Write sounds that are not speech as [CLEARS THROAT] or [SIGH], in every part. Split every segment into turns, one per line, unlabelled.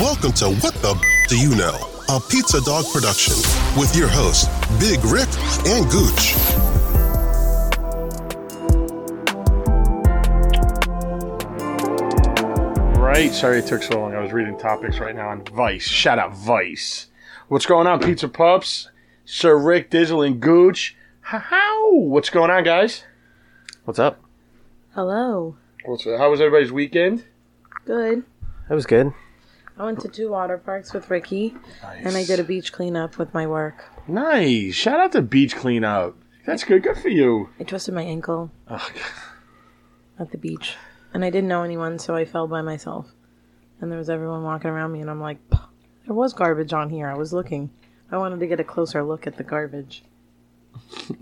Welcome to What the B- Do You Know, a Pizza Dog production with your hosts, Big Rick and Gooch.
Right. Sorry it took so long. I was reading topics right now on Vice. Shout out Vice. What's going on, Pizza Pups? Sir Rick, Dizzle, and Gooch. How? What's going on, guys?
What's up?
Hello.
What's how was everybody's weekend?
Good.
That was good.
I went to two water parks with Ricky, and I did a beach cleanup with my work.
nice. Shout out to beach cleanup. That's good. Good for you.
I twisted my ankle
Ugh,
at the beach, and I didn't know anyone, so I fell by myself. And there was everyone walking around me, and I'm like, "Pah, there was garbage on here. I was looking. I wanted to get a closer look at the garbage.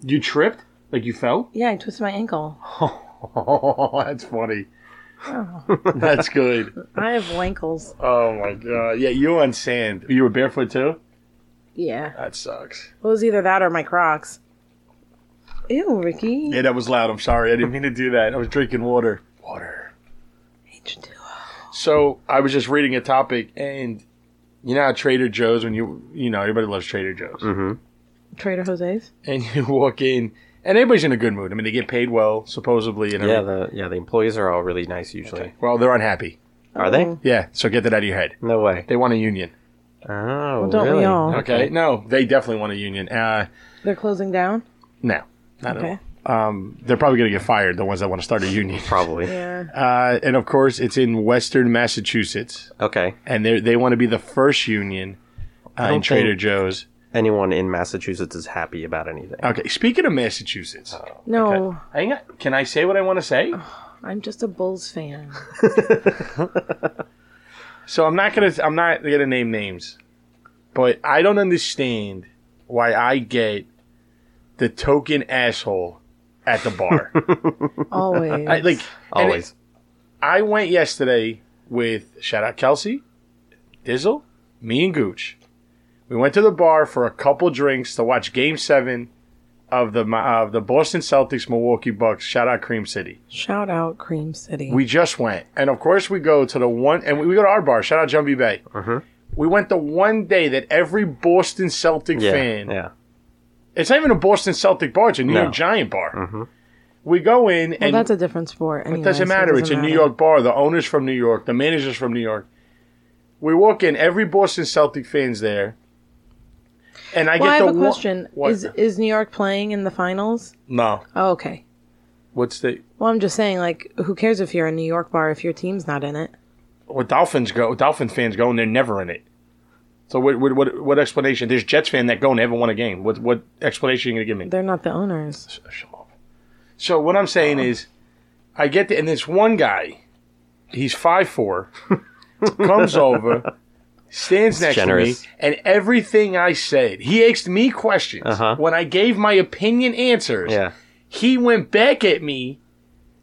you tripped? Like you fell? [LAUGHS]
Yeah, I twisted my ankle.
Oh, that's funny.
Oh.
[LAUGHS] that's good.
I have wankles.
Oh my god. Yeah, you were on sand. You were barefoot too.
Yeah.
That sucks.
It was either that or my Crocs. Ew, Ricky.
Yeah, that was loud. I'm sorry. I didn't mean to do that. I was drinking water. Water.
H2O.
So I was just reading a topic, and you know how Trader Joe's when you you know everybody loves Trader Joe's,
Mm-hmm.
Trader Jose's?
and [LAUGHS] you walk in, and everybody's in a good mood. I mean, they get paid well, supposedly, and
Yeah,
everything.
the yeah the employees are all really nice usually.
well, they're unhappy.
Are
Oh.
they?
Yeah, so get that out of your head.
No way.
They want a union.
Oh,
don't we
really?
all?
Okay, no, they definitely want a union. Uh,
They're closing down?
no, not at
Okay.
all. Um, they're probably going to get fired. The ones that want to start a
[LAUGHS]
union,
[LAUGHS]
Probably.
Yeah.
uh, and of course, it's in Western Massachusetts,
Okay.
and they they want to be the first union uh, in
don't
Trader
think-
Joe's.
Anyone in Massachusetts is happy about anything.
Okay, speaking of Massachusetts.
No,
Okay. Uh, Hang on. Can I say what I want to say?
I'm just a Bulls fan.
So I'm not gonna I'm not gonna name names, but I don't understand why I get the token asshole at the bar. [LAUGHS]
Always.
I, like and
Always.
it- I went yesterday with shout out Kelsey, Dizzle, me and Gooch. We went to the bar for a couple drinks to watch Game Seven of the of the Boston Celtics Milwaukee Bucks. Shout out Cream City.
Shout out Cream City.
We just went, and of course we go to the one, and we, we go to our bar. Shout out Jumbie Bay.
Uh-huh.
We went the one day that every Boston Celtic
yeah.
fan.
Yeah.
It's not even a Boston Celtic bar; it's a New
No. Mm-hmm.
York Giant bar. We go in,
well,
and
that's a different sport. Anyway,
it doesn't
so it
matter. it's a New
matter.
York bar. The owner's from New York. The manager's from New York. We walk in. Every Boston Celtic fan's there, and I
Well, I
get
have
the
a
one-
question.
What?
Is is New York playing in the finals?
no.
Oh, okay.
What's the
Well, I'm just saying, like, who cares if you're a New York bar if your team's not in it?
Well, Dolphins go. Dolphin fans go, and they're never in it. So what? What? What, what explanation? There's Jets fan that go and haven't won a game. What? What explanation are you gonna give me?
They're not the owners.
Shut up. So what I'm saying is, I get the, and this one guy, he's five
[LAUGHS]
four, comes over, stands next
generous.
to me, and everything I said, he asked me questions.
Uh-huh.
When I gave my opinion answers,
Yeah.
he went back at me,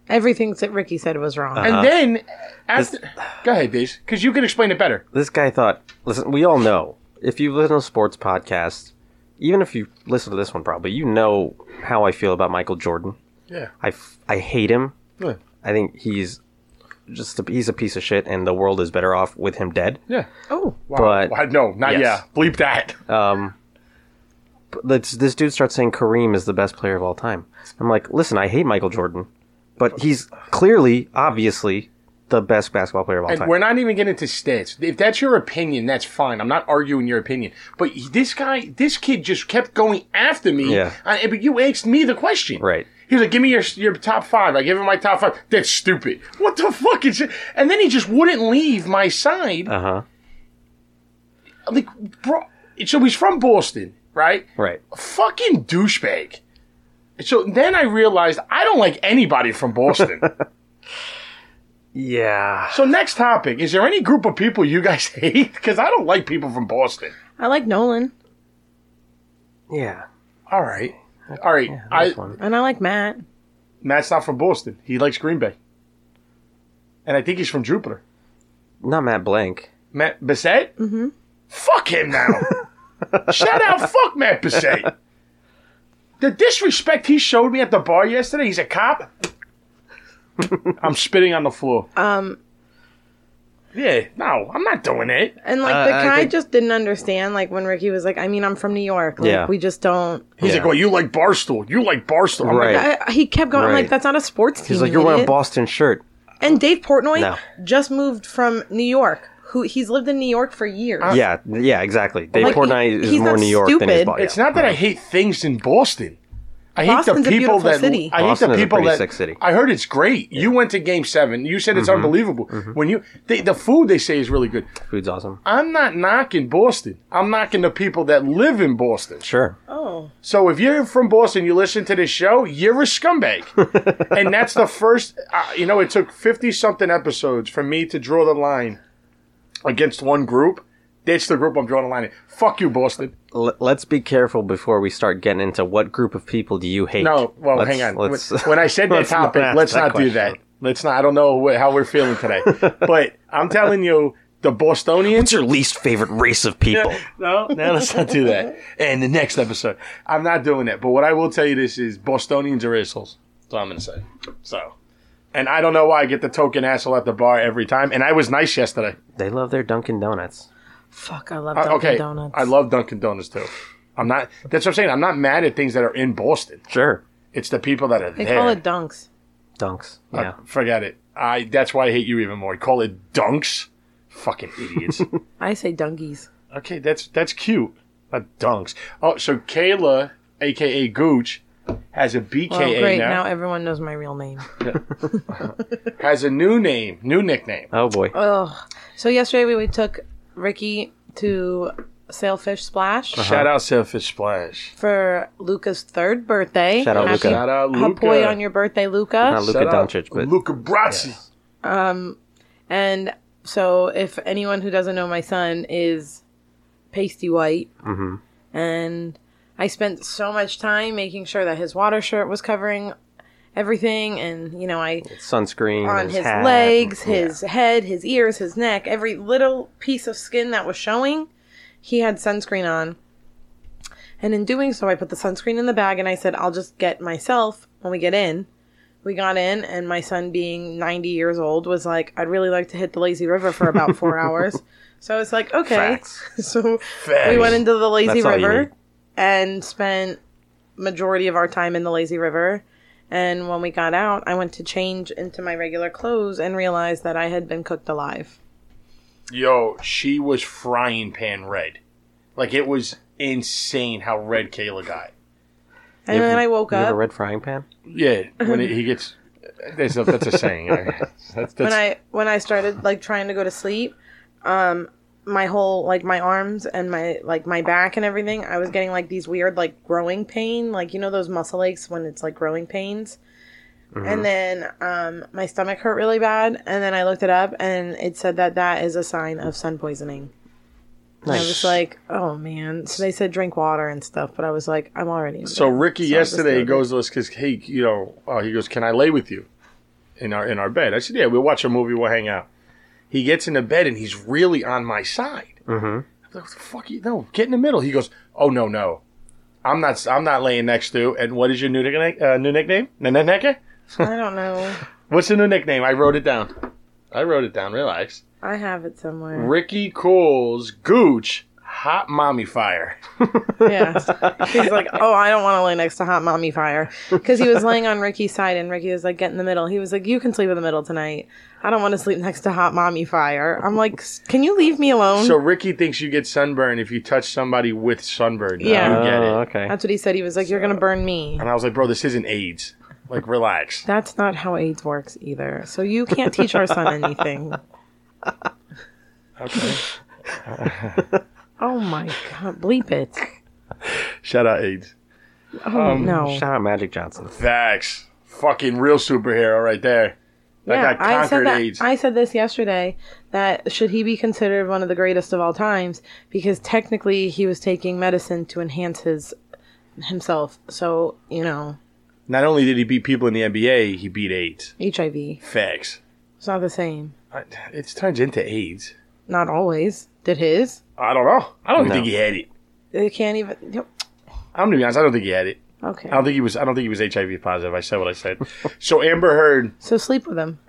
Everything that Ricky said was wrong.
Uh-huh.
and then after, go ahead, Diz, because you can explain it better.
This guy thought. Listen, we all know if you listen to sports podcasts, even if you listen to this one, probably you know how I feel about Michael Jordan.
Yeah.
I, f- I hate him.
Yeah.
I think he's just a, he's a piece of shit, and the world is better off with him dead.
Yeah.
oh,
But
Well, no, not
Yes.
yeah. Bleep that.
this this dude starts saying Kareem is the best player of all time. I'm like, listen, I hate Michael Jordan, but he's clearly, obviously, the best basketball player of all
And
time.
we're not even getting into stats. If that's your opinion, that's fine. I'm not arguing your opinion. But this guy, this kid just kept going after me.
Yeah.
I- but you asked me the question.
Right.
He was like, give me your, your top five. I gave him my top five. That's stupid. What the fuck is it? And then he just wouldn't leave my side.
Uh huh.
I'm like, bro. So he's from Boston, right?
Right.
Fucking douchebag. So then I realized I don't like anybody from
[LAUGHS]
Boston.
Yeah.
so next topic. Is there any group of people you guys [LAUGHS] hate? Because I don't like people from Boston.
I like Nolan,
Yeah.
All right. All right. I,
Nice one.
and I like Matt.
Matt's not from Boston. He likes Green Bay. And I think he's from Jupiter.
Not Matt Blank.
Matt Bissett? Mm-hmm. Fuck him [LAUGHS] now. Shout out, fuck Matt Bissett. The disrespect he showed me at the bar yesterday, [LAUGHS]
Uh, Um,
he's a cop. I'm spitting on the floor. Yeah, no, I'm not doing it.
And like
Uh,
the
I
guy
think-
just didn't understand. Like when Ricky was like, "I mean, I'm from New York. Like
Yeah.
we just don't."
He's
Yeah.
like, well, you like Barstool. You like Barstool. I'm
Right.
like,
I, I- he kept going I'm like,
Right.
"That's not a sports team."
He's like,
you
you're wearing a
idiot."
Boston shirt.
And Dave Portnoy
No.
just moved from New York. Who he's lived in New York for years.
Yeah, yeah, exactly. Dave
Like,
Portnoy
he-
is
he's
more
not
New York than his
stupid.
body.
it's not that I hate things in Boston. I hate
Boston's a
the people
beautiful
that
city.
I
Boston
hate
is
the
a
people
pretty
that.
sick city. Mm-hmm.
I heard it's great. You went to Game Seven. You said it's unbelievable. When you they, the food they say is really good.
Food's awesome.
I'm not knocking Boston. I'm knocking the people that live in Boston.
Sure.
Oh,
So if you're from Boston, you listen to this show, you're a
[LAUGHS]
scumbag. and that's the first, uh, you know, it took 50 something episodes for me to draw the line against one group. That's the group I'm drawing the line in. Fuck you, Boston.
L- let's be careful before we start getting into what group of people do you hate.
No, well,
Let's-
hang on.
let's-
When- when I [LAUGHS]
[LAUGHS]
said that
let's not
topic,
ask
let's
that
not do
question.
that. Let's not. I don't know wh- how we're feeling [LAUGHS] today. but I'm telling you, the Bostonians
What's your least favorite race of people?
[LAUGHS] No, no, let's not do that. And the next episode, I'm not doing that. But what I will tell you this is Bostonians are assholes. That's all I'm gonna say. So, and I don't know why I get the token asshole at the bar every time. And I was nice yesterday.
they love their Dunkin' Donuts.
fuck! I love
Uh,
Dunkin'
okay,
Donuts.
I love Dunkin' Donuts too. I'm not. That's what I'm saying. I'm not mad at things that are in Boston.
Sure.
It's the people that are
They
there.
call it Dunks.
Dunks.
Uh,
Yeah.
forget it. I. That's why I hate you even more. You call it dunks. Fucking
[LAUGHS]
idiots.
I say Dunkies.
Okay, that's that's cute. That dunks. Oh, so Kayla, aka Gooch, has a BKA
Well, Oh, great.
now,
Now everyone knows my real name.
Has a new name, new nickname.
oh boy.
Ugh. So yesterday we, we took Ricky to Sailfish Splash
Uh-huh.
Shout out Selfish Splash.
for Luca's third birthday.
Shout out Luca.
Shout out Luca.
Hapoy on your birthday, Luca.
Not Luka
Shout out
Doncic, but
Luca Brasi.
And so, if anyone who doesn't know, my son is pasty white, mm-hmm. and I spent so much time making sure that his water shirt was covering everything, and you know, I
sunscreen
on
his,
his
hat.
legs,
Yeah.
his head, his ears, his neck, every little piece of skin that was showing, he had sunscreen on. And in doing so, I put the sunscreen in the bag and I said, I'll just get myself when we get in. We got in, and my son, being 90 years old, was like, I'd really like to hit the lazy river for about four hours. So it's like, okay.
Facts.
[LAUGHS] So
Facts.
we went into the lazy
That's all you need.
river and spent majority of our time in the lazy river and when we got out i went to change into my regular clothes and realized that i had been cooked alive
Yo, she was frying pan red. Like it was insane how red Kayla
[LAUGHS]
got.
and
You ever-
then i woke
you ever
up
read Frying Pan?
Yeah, when he gets. That's a, that's a saying. That's, that's,
when i when i started like trying to go to sleep um my whole like my arms and my like my back and everything i was getting like these weird like growing pain like you know those muscle aches when it's like growing pains
Mm-hmm.
and then um my stomach hurt really bad and then i looked it up and it said that that is a sign of sun poisoning I was like, oh man. So they said drink water and stuff, but I was like, I'm already.
So Ricky yesterday
disturbing.
goes to us because hey, you know, uh, he goes, "Can I lay with you in our in our bed?" I said, "Yeah, we'll watch a movie, we'll hang out." He gets into bed and he's really on my side. Mm-hmm. I'm like, "What the fuck? You, no, get in the middle." He goes, "Oh no, no, I'm not. I'm not laying next to." And what is your new nickname? Uh, new nickname? Nananeke?
I don't know.
What's the new nickname? I wrote it down. I wrote it down. Relax.
I have it
[LAUGHS]
somewhere.
Ricky calls Gooch hot mommy fire.
Yeah. He's like, oh, I don't want to lay next to hot mommy fire because he was laying on Ricky's side, and Ricky was like, get in the middle. He was like, you can sleep in the middle tonight. I don't want to sleep next to hot mommy fire. I'm like, "S- can you leave me alone?
So Ricky thinks you get sunburn if you touch somebody with sunburn.
Yeah.
you get it.
Oh, okay.
That's what he said. He was like, you're gonna burn me.
And I was like, bro, this isn't AIDS. Like, relax.
That's not how AIDS works either. So you can't teach our son anything.
Okay.
[LAUGHS] Oh my god, bleep it.
[LAUGHS] Shout out AIDS.
Oh no.
Shout out Magic Johnson.
Facts. Fucking real superhero right there. That guy
I said
conquered
that,
AIDS.
I said this yesterday that should he be considered one of the greatest of all times because technically he was taking medicine to enhance his himself. So you know
Not only did he beat people in the NBA, he beat AIDS.
HIV.
Facts.
It's not the same.
I- It turns into AIDS.
Not always. Did his?
I don't know. I don't
No.
think he had it.
They can't even. Yep.
I'm gonna be honest. I don't think he had it.
Okay.
[LAUGHS]
Um,
I don't think he was. I don't think he was HIV positive. I said what I said. so Amber Heard.
so sleep with him.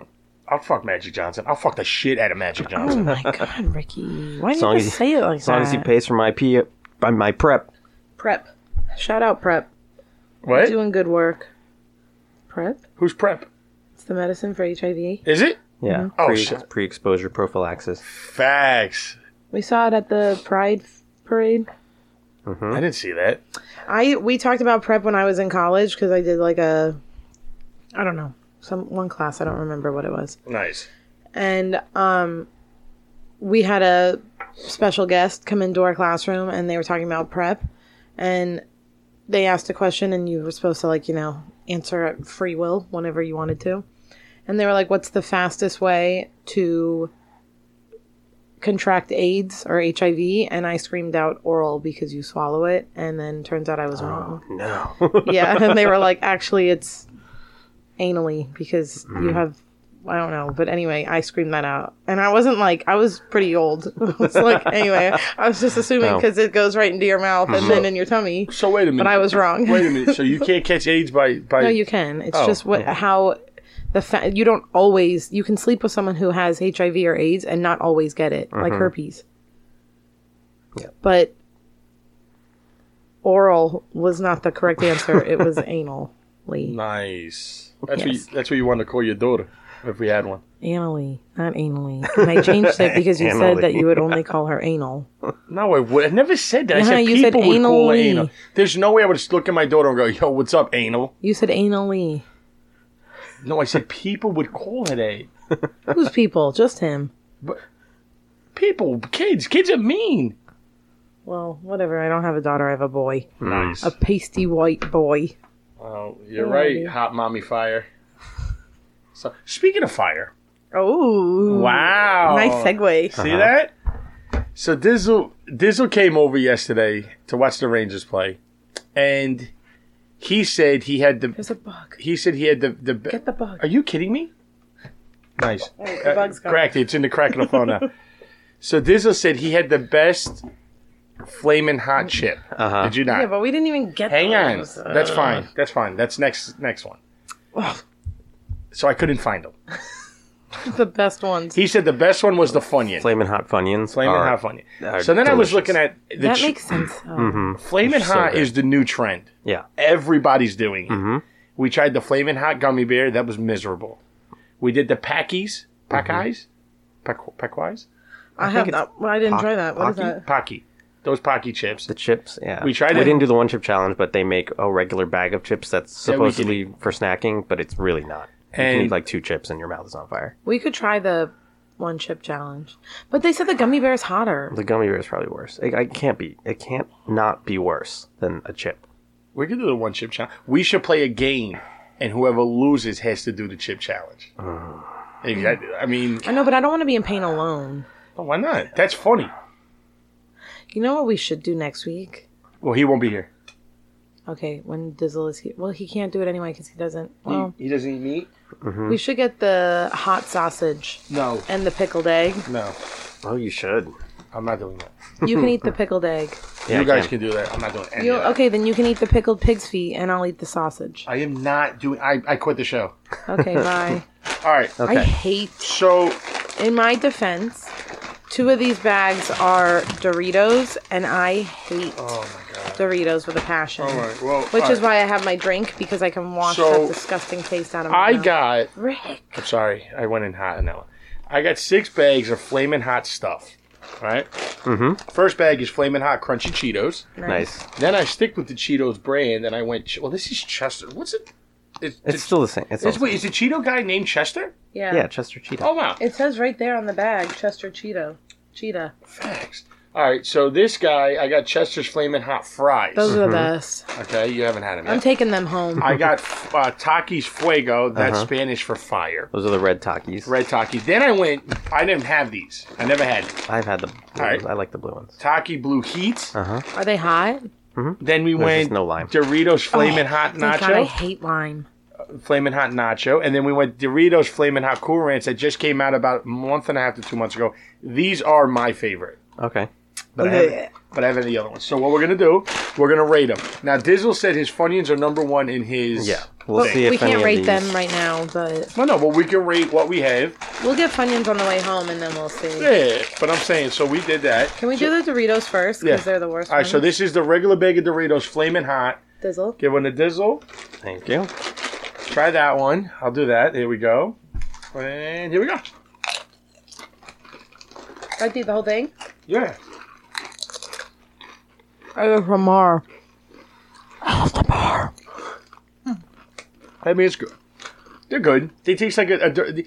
I'll fuck Magic Johnson. I'll fuck the shit out of Magic
Oh [CLEARS THROAT]
Johnson.
my
[LAUGHS]
god, Ricky! Why do
As
you
long
guys
as
say it like
As
that?
long as he pays for my P, by my prep.
prep. Shout out prep.
What?
Doing good work. Prep.
Who's prep?
It's the medicine for HIV.
Is it?
Yeah.
Mm-hmm.
Oh,
pre,
shit.
Pre-exposure prophylaxis.
Facts.
We saw it at the Pride f- parade.
I didn't see that.
I we talked about prep when I was in college because I did like a, I don't know, some one class. I don't remember what it was.
Nice.
and um, we had a special guest come into our classroom and they were talking about prep and they asked a question and you were supposed to like you know answer at free will whenever you wanted to and they were like what's the fastest way to contract aids or hiv and i screamed out oral because you swallow it and then turns out i was wrong
No.
[LAUGHS] yeah and they were like actually it's anally because you have i don't know but anyway i screamed that out and i wasn't like i was pretty old [LAUGHS] I was like anyway i was just assuming
No.
because it goes right into your mouth and then in your tummy
So wait a minute.
but i was wrong
Wait a minute. So you can't catch AIDS by by
no you can it's
Oh,
just what how the fa- you don't always you can sleep with someone who has hiv or aids and not always get it
Uh-huh.
like herpes but oral was not the correct answer
[LAUGHS]
it was anally
Nice. That's what you,
Yes.
that's what you want to call your daughter if we had one.
Anally, not anally. And I changed it because you said
Anally.
that you would only call her anal.
No, I would. I never said that. I
No,
said
you said
people would call her
anally.
anal. There's no way I would just look at my daughter and go, "Yo, what's up, anal?"
You said anally.
No, I said people would call it a.
Who's people? Just him.
People, kids, kids are mean.
Well, whatever. I don't have a daughter. I have a boy.
Nice.
A pasty white boy.
Oh, you're right. Hot mommy fire. So speaking of fire,
Oh.
wow,
Nice segue.
See that? Uh-huh. So Dizzle Dizzle came over yesterday to watch the Rangers play, and he said he had the
There's a bug.
he said he had the the. be-
Get the bug.
Are you kidding me? Nice.
the bug's gone.
Cracked it. It's in the crack of the phone
[LAUGHS]
now. so Dizzle said he had the best flaming hot chip.
Uh-huh.
Did you not?
Yeah, but uh, we didn't even get
Hang on.
those.
That's fine. That's fine. That's next next one. So I couldn't find them.
The best ones.
He said the best one was the Funyun.
Flamin' hot funyuns.
Flamin'
are-
Hot Funyun.
are
So then I was
delicious.
looking at the
that
ch-
makes sense. though.
Flamin'
so
Hot
good.
is the new trend.
Yeah.
Everybody's doing it.
Mm-hmm.
We tried the Flamin' Hot gummy bear. That was miserable. We did the Packies.
Mm-hmm.
Packies? Pac- Packies?
I, have
it's
not. Well, I didn't
Poc-
try that. What is
Pocky?
that?
Pocky. Those Pocky chips.
The chips, yeah.
We tried
We
it.
didn't do the one chip challenge, but they make a regular bag of chips that's
Yeah, we did
supposedly for snacking, but it's really not. you
And-
can eat like two chips and your mouth is on fire.
We could try the one chip challenge. But they said the gummy bear's hotter.
The gummy bear is probably worse. It, it can't be. It can't not be worse than a chip.
We could do the one chip challenge. We should play a game, and whoever loses has to do the chip challenge. Exactly. I mean, oh,
I know, but I don't want to be in pain alone.
why not? That's funny.
You know what we should do next week?
Well, he won't be here.
Okay, when Dizzle is here. Well, he can't do it anyway because he doesn't. Well,
He, he doesn't eat meat.
we should get the hot sausage
No,
and the pickled egg.
no,
Oh, you should.
I'm not doing that.
You can eat the pickled egg.
Yeah,
you
I
guys
can.
can. do that. I'm not doing any
You
of that.
okay? Then you can eat the pickled pig's feet, and I'll eat the sausage.
I am not doing. I I quit the show.
Okay, bye.
All right.
I
Okay.
hate.
So
In my defense, two of these bags are Doritos, and I hate
Oh
Doritos with a passion.
all right. Oh Well,
Which
all
is
right.
why I have my drink because I can wash
So,
that disgusting taste out of my
I
mouth.
got.
Rick.
I'm sorry. I went in hot on that one. I got six bags of flaming hot stuff. All right. Mm-hmm. First bag is flaming hot crunchy Cheetos.
Nice.
Then I stick with the Cheetos brand, and I went. "Ch- Well, this is Chester. What's it? It's,
It's still the same. It's,
it's-
all the
wait, is the Cheeto guy named Chester?
Yeah.
same. yeah, Chester Cheetah.
Oh wow,
It says right there on the bag, Chester Cheeto. Cheetah.
facts. All right, so this guy, I got Chester's flaming hot fries.
Those are the best.
okay, you haven't had them
I'm
yet.
taking them home.
I got uh, Takis Fuego. That's Spanish for fire.
Those are the red Takis.
Red Taki. Then I went. I didn't have these. I never had them.
I've had the blue
right.
ones. I like the blue ones.
Taki Blue Heat.
Are they hot?
Then we
There's
went
just no lime.
Doritos Flamin' Hot
Thank God, Oh, I
Nacho,
hate lime.
Flamin' Hot Nacho, and then we went Doritos Flamin' Hot Cool Ranch that just came out about a month and a half to two months ago. These are my favorite,
Okay.
but I haven't, but I haven't had the other ones. So what we're gonna do? We're gonna rate them. Now Dizzle said his Funyuns are number one in his
Yeah. We'll
But
see if
we
any
can't
of
rate
these-
them right now, but
No, no, but we can rate what we have.
we'll get Funyuns on the way home, and then we'll see.
Yeah, but I'm saying, so we did that.
Can we do the Doritos first?
Yeah.
Because they're the worst.
All right, so
ones.
this is the regular bag of Doritos, flaming hot.
Dizzle.
Give one to Dizzle.
Thank you.
Try that one. I'll do that. Here we go. And here we go.
I do the whole thing.
Yeah.
I go from Mar.
I mean, it's good. They're good. They taste like a, a Dor- they-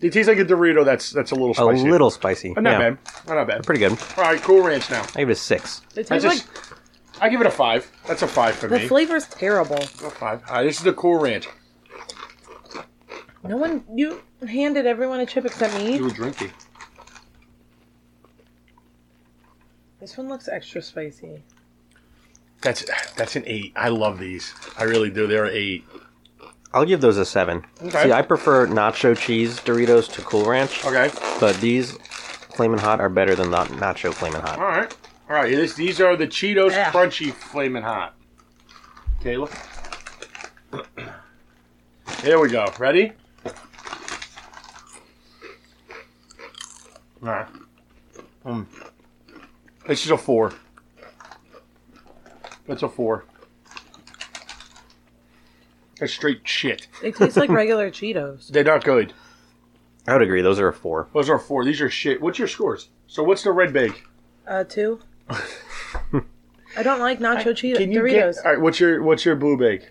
they taste like a Dorito that's that's a little
A
spicy.
little spicy.
But not
yeah.
bad. Not bad.
Pretty good.
All right, Cool Ranch now.
I give it a six.
They
I
taste
just,
like
I give it a five. That's a five for
the
me.
flavor's terrible.
A five. All right, this is the Cool Ranch.
No one, you handed everyone a chip except
You
me.
were drinking.
This one looks extra spicy.
That's that's an eight. I love these. I really do. They're an eight.
I'll give those a seven.
Okay.
See, I prefer nacho cheese Doritos to Cool Ranch,
Okay.
but these Flamin' Hot are better than not nacho Flamin' Hot.
All right. All right. This, these are the Cheetos
Yeah.
Crunchy Flamin' Hot. Kayla. [CLEARS THROAT] Here we go. Ready? All right. Mm. This is a four. That's a four. That's straight shit.
They
[LAUGHS]
taste like regular Cheetos.
They're not good.
I would agree. Those are a four.
Those are four. These are shit. What's your scores? So what's the red bag?
Uh, two. I don't like nacho Cheetos.
Can you
Doritos.
get? All right. What's your what's your blue bag?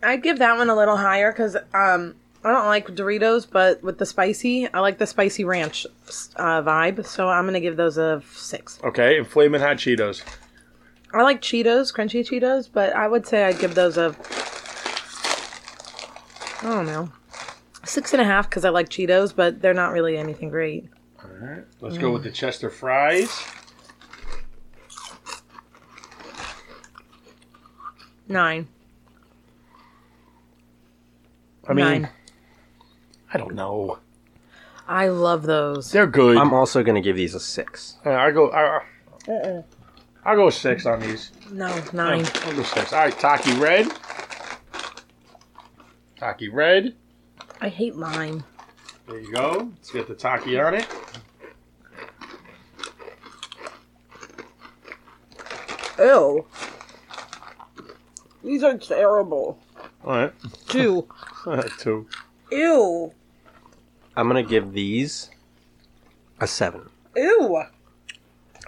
I'd give that one a little higher because um, I don't like Doritos, but with the spicy, I like the spicy ranch uh, vibe. So I'm gonna give those a six.
Okay, and flaming hot Cheetos.
I like Cheetos, crunchy Cheetos, but I would say I'd give those a. I don't know. Six and a half because I like Cheetos, but they're not really anything great.
All right, let's go with the Chester fries.
Nine.
I mean,
Nine.
I don't know.
I love those.
They're good.
I'm also going to give these a six.
Uh, I go. I, I go six on these.
No, nine.
I'll go six. All right, Taki Red. Taki Red.
I hate mine.
There you go. Let's get the Taki on it.
Ew. These are terrible.
All right, [LAUGHS]
Two.
two.
Ew.
I'm going to give these a seven.
Ew.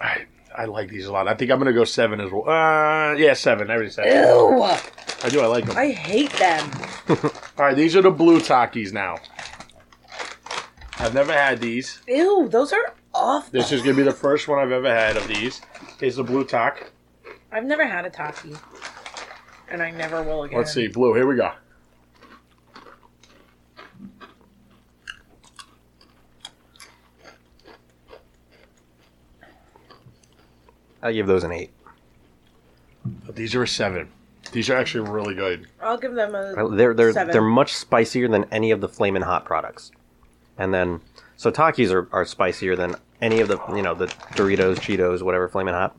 I, I like these a lot. I think I'm gonna go seven as well. Uh, yeah, seven. Every seven.
Ew.
I do. I like them.
I hate them.
All right, these are the blue Takis now. I've never had these.
Ew, those are awful.
This is gonna be the first one I've ever had of these. Is the blue tack.
I've never had a Taki. And I never will again.
Let's see, blue. Here we go.
I give those an eight.
These are a seven. These are actually really good.
I'll give them
I-
a.
They're they're
Seven.
they're much spicier than any of the Flamin' Hot products. And then so Takis are, are spicier than any of the you know the Doritos, Cheetos, whatever Flamin' Hot.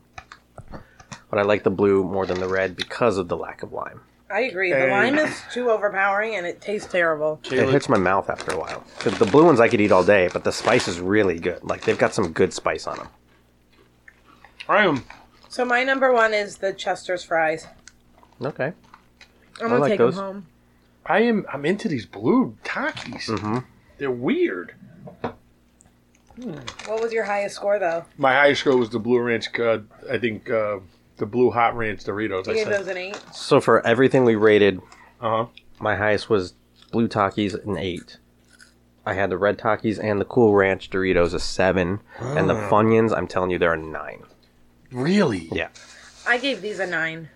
But I like the blue more than the red because of the lack of lime.
I agree.
Hey.
The lime is too overpowering and it tastes terrible.
It
Kayla,
hits my mouth after a while. 'Cause The blue ones I could eat all day, but the spice is really good. Like they've got some good spice on them.
I am.
So my number one is the Chester's fries.
Okay.
I'm gonna
like
take
those.
them home.
I am. I'm into these blue Takis. They're weird.
What was your highest score though?
My highest score was the blue ranch. Uh, I think uh, the blue hot ranch Doritos.
You
I
gave
said.
those an eight.
So for everything we rated,
Uh huh.
my highest was blue Takis an eight. I had the red Takis and the Cool Ranch Doritos a seven, and
Ah.
the Funyuns. I'm telling you, they're a nine.
Really?
Yeah,
I gave these a nine.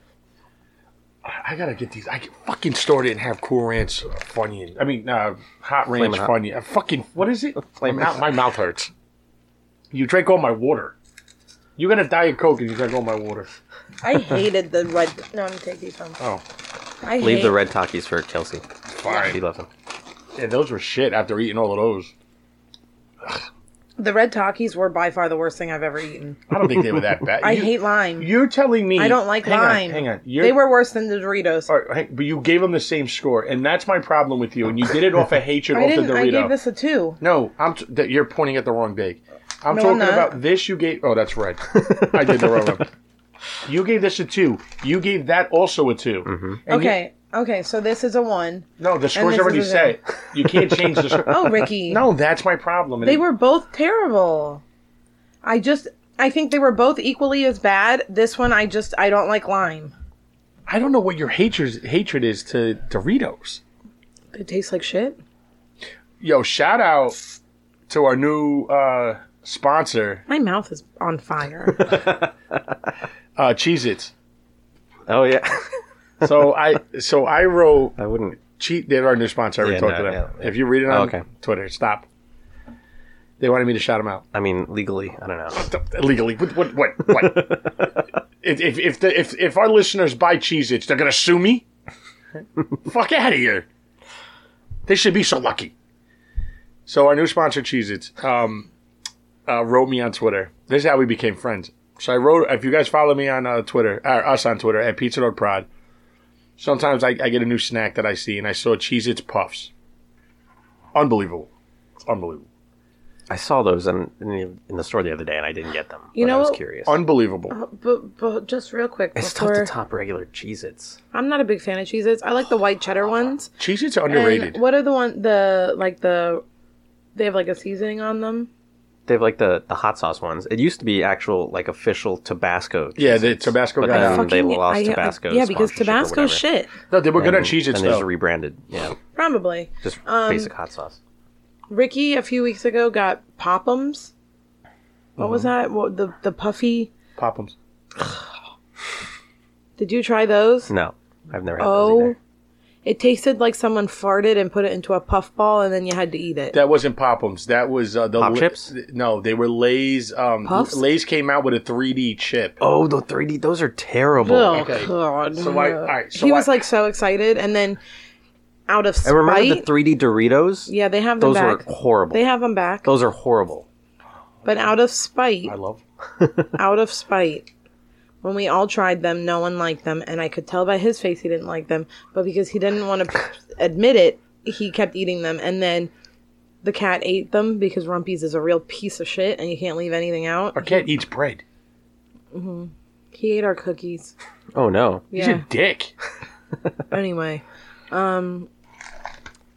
I, I gotta get these. I get fucking started and have Cool Ranch uh, Funyun. I mean, uh, Hot Ranch
Flamin' Hot.
Funyun. Uh, fucking what is it? My,
Flamin'
mouth- my mouth hurts. You drank all my water. You got a diet coke and you drank all my water.
I hated the red. No, I'm gonna take these home.
Oh,
I
leave
hate
the red Takis for Kelsey. She
fine.
loves them.
Yeah, those were shit after eating all of those. Ugh.
The red Takis were by far the worst thing I've ever eaten.
I don't think they were that bad.
[LAUGHS] I
You-
hate lime.
You're telling me
I don't like
hang on,
lime.
hang on, You're-
They were worse than the Doritos.
All right, hang- but you gave them the same score, and that's my problem with you. And you did it off of hatred
I
off the
didn't. I
Dorito.
gave this a two.
no, I'm t- that you're pointing at the wrong big. I'm
No,
talking
I'm not.
about this. You gave. Oh, that's right. I did the wrong one. You gave this a two. You gave that also a 2
Mm-hmm.
And you-
Okay. Okay. So this is a one.
no, the score's
this
already
is a-
set.
[LAUGHS]
You can't change the score.
Oh, Ricky.
[LAUGHS] No, that's my problem. And
They
it-
were both terrible. I just. I think they were both equally as bad. This one, I just. I don't like lime.
I don't know what your hatred hatred is to Doritos.
It tastes like shit.
Yo, shout out to our new uh, sponsor,
My mouth is on fire.
uh, Cheez Its.
Oh yeah, [LAUGHS]
So I so I wrote
I wouldn't.
cheat. They're our new sponsor. I already
Yeah,
talked to
no,
them.
yeah, yeah.
If you read it on
Oh, okay.
Twitter, stop. They wanted me to shout them out
I mean, legally, I don't know.
illegally. What? What? What? what? if if if, the, if if our listeners buy Cheez-Its, they're gonna sue me. Fuck out of here. They should be so lucky. So our new sponsor, Cheez-Its, um, uh, wrote me on Twitter. This is how we became friends. So I wrote. If you guys follow me on uh, Twitter, or us on Twitter at Pizza Dog Prod, sometimes I, I get a new snack that I see, and I saw Cheez-Its puffs. Unbelievable, unbelievable,
I saw those in, in the- in the store the other day, and I didn't get them.
You
but
know
I was
what-
curious.
unbelievable.
[LAUGHS] but, but just real quick,
it's tough
before-
to top regular Cheez-Its.
I'm not a big fan of cheeses. I like the white cheddar ones.
Cheez-Its are
And
underrated.
what are the one the like the they have like a seasoning on them?
They have like the, the hot sauce ones. It used to be actual like official Tabasco.
Yeah, the
Cheez-Its,
Tabasco
but
got
then
out.
Um, they
Fucking-
lost
I- I-
Tabasco.
Yeah, because
sponsorship or
Tabasco's
whatever.
shit.
No, they were good at
And-
Cheez-Its
And they just
though.
rebranded. Yeah,
Probably.
just
Um,
basic hot sauce.
Ricky a few weeks ago got Pop'ems. What was
Mm-hmm.
that? What the the puffy?
Pop'ems.
Did you try those?
No, I've never had those
Oh,
either.
it tasted like someone farted and put it into a puff ball, and then you had to eat it.
That wasn't Pop'ems. That was uh, the
Pop
La-
chips?
No, they were Lay's. Um,
Puffs?
Lay's came out with a 3D chip.
Oh, the 3D. Those are terrible.
oh
okay.
God!
So I- all right, so
he was
I-
like so excited, and then out of spite,
I remember the 3D Doritos.
yeah, they have them
those were
back.
horrible.
They have them back,
those are horrible.
but out of spite,
I love.
[LAUGHS]
out of spite. When we all tried them, no one liked them, and I could tell by his face he didn't like them. But because he didn't want to [LAUGHS] admit it, he kept eating them, and then the cat ate them because Rumpy's is a real piece of shit, and you can't leave anything out.
Our cat eats bread.
He ate our cookies.
Oh no.
He's
Yeah.
a dick.
Anyway, um,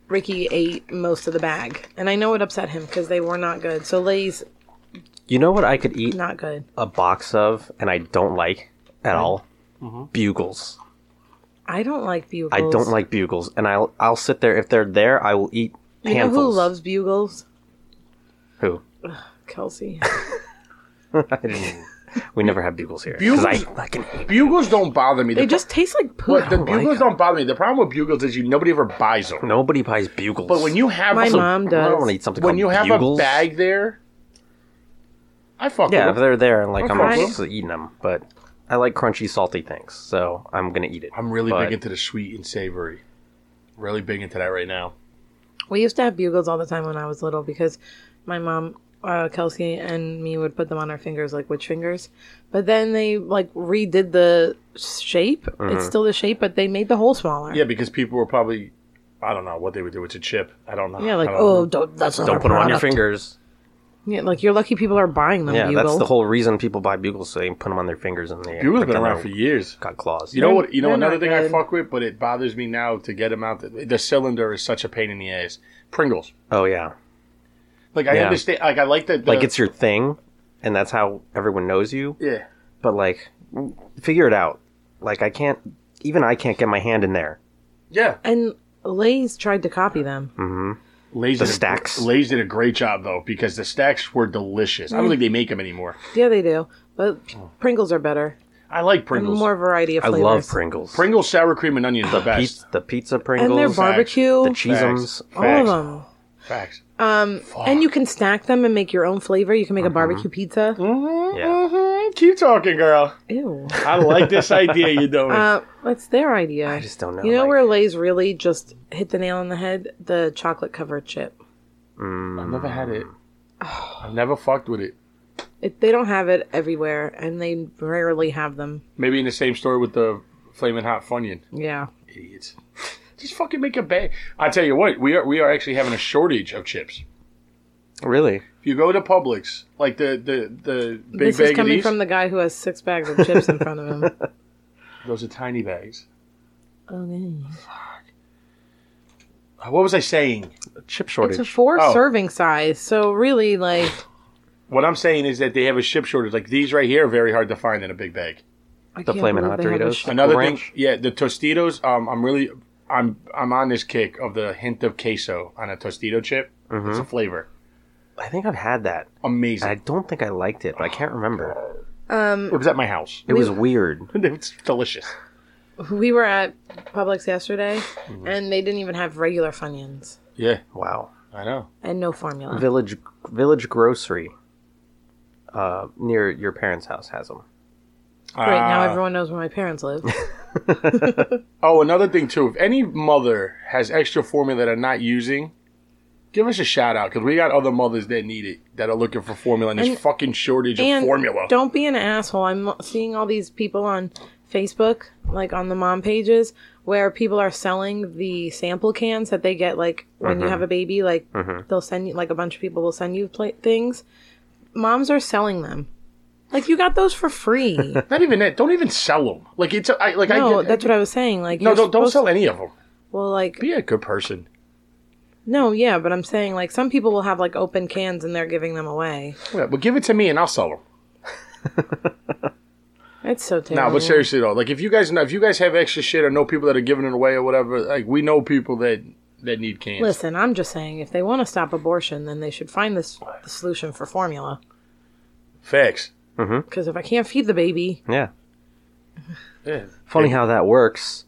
Ricky ate most of the bag, and I know it upset him because they were not good. So Lay's
You know what I could eat
not good.
a box of and I don't like at all?
Mm-hmm.
Bugles.
I don't like bugles.
I don't like bugles, and I'll I'll sit there if they're there. I will eat
You know who
handfuls.
loves bugles?
who? [LAUGHS]
Kelsey.
I didn't- we never have bugles here. 'Cause I
Bugles-
fucking hate
Bugles don't bother me.
They
the,
just taste like poop.
but the bugles don't bother me. The problem with bugles is you nobody ever buys them.
nobody buys bugles.
But when you have
My
also-
mom
I don't
does.
want to eat something
when
called
you have
bugles.
a bag there, I fuck
Yeah, if
with 'em.
they're there and like I'm
Okay.
used to eating them, but I like crunchy, salty things, so I'm gonna eat it.
I'm really
But
big into the sweet and savory. Really big into that right now.
We used to have bugles all the time when I was little because my mom, uh, Kelsey, and me would put them on our fingers like witch fingers. But then they like redid the shape.
Mm-hmm.
It's still the shape, but they made the hole smaller.
Yeah, because people were probably, I don't know what they would do. It's a chip. I don't know.
Yeah, like
I don't know.
oh, don't, that's not
don't
our
put them on your
product.
fingers.
Yeah, like you're lucky people are buying them.
Yeah,
bugle.
that's the whole reason people buy bugles. So they put them on their fingers and they
Bugle's been
pretend
around
they're-
for years.
got claws.
You know what? You know
they're
another
not
thing I
good.
fuck with, but it bothers me now to get them out. The, the cylinder is such a pain in the ass. Pringles.
oh yeah,
Like I
Yeah.
understand. Like I like that.
like it's your thing, and that's how everyone knows you.
yeah.
But like, figure it out. Like I can't, even I can't get my hand in there.
Yeah.
And Lay's tried to copy them.
Lay's
The
did a-
stacks.
Lay's did a great job though because the stacks were delicious.
Mm.
I don't think they make them anymore.
Yeah, they do. But Pringles are better.
I like
And
Pringles.
More variety of
I
flavors.
love Pringles.
Pringles sour cream and onion is the best.
[GASPS] Pizza, the pizza Pringles,
And their
bar-
barbecue,
the cheeseums.
all of them.
Facts.
And you can stack them and make your own flavor. You can
Mm-hmm.
make a barbecue pizza.
Yeah,
Mhm, Keep talking, girl.
Ew.
I like this idea you're doing.
[LAUGHS] Uh, what's their idea? I
just don't know,
You know
like-
where Lay's really just hit the nail on the head? The chocolate covered chip. [SIGHS]
I've never had it. I've never fucked with it.
It, they don't have it everywhere, and they rarely have them.
Maybe in the same story with the flaming hot funyun.
Yeah.
Idiots. [LAUGHS] Just fucking make a bag. I tell you what, we are we are actually having a shortage of chips.
Really?
If you go to Publix, like the the the big
this
bag
is coming
of these,
from the guy who has six bags of chips in front of him.
those are tiny bags.
Okay.
[LAUGHS]
Uh, What was I saying?
A chip
It's a
shortage.
four
Oh.
serving size, so really, like,
What I'm saying is that they have a chip shortage. Like these right here are very hard to find in a big bag.
I
The
can't
Flamin'
believe
Hot
they have a
Doritos?
shit-
Another
Ranch.
thing, yeah, the Tostitos. Um, I'm really, I'm, I'm on this kick of the hint of queso on a Tostito chip.
Mm-hmm.
It's a flavor,
I think I've had that.
amazing.
And I don't think I liked it, but I can't remember.
it was at my house.
It was
[LAUGHS]
weird.
it's delicious.
We were at Publix yesterday,
Mm-hmm.
and they didn't even have regular Funyuns
Yeah,
Wow.
I know.
and no formula.
Village Village Grocery uh, near your parents' house has them.
Great, now
Ah.
everyone knows where my parents
[LAUGHS]
live.
Oh, another thing too. If any mother has extra formula that are not using, give us a shout out because we got other mothers that need it that are looking for formula and,
And-
this fucking shortage of
and
formula.
don't be an asshole. I'm seeing all these people on Facebook, like on the mom pages, where people are selling the sample cans that they get, like when
Mm-hmm.
you have a baby, like they'll send you, like a bunch of people will send you pla things. Moms are selling them. Like you got those for
[LAUGHS]
free.
Not even that. Don't even sell them. Like it's a- I like I
no,
get-
that's what I was saying. Like
no
you're
don't don't
supposed-
sell any of them.
Well, like
Be a good person.
no, yeah, but I'm saying like some people will have like open cans and they're giving them away.
Yeah, but give it to me and I'll sell them.
It's so
No,
terrible.
but seriously though, like if you guys know, if you guys have extra shit or know people that are giving it away or whatever, like we know people that that need cans.
Listen, I'm just saying, if they want to stop abortion, then they should find this the solution for formula.
Facts.
Because if I can't feed the baby,
Yeah.
[LAUGHS] Yeah.
Funny how that works.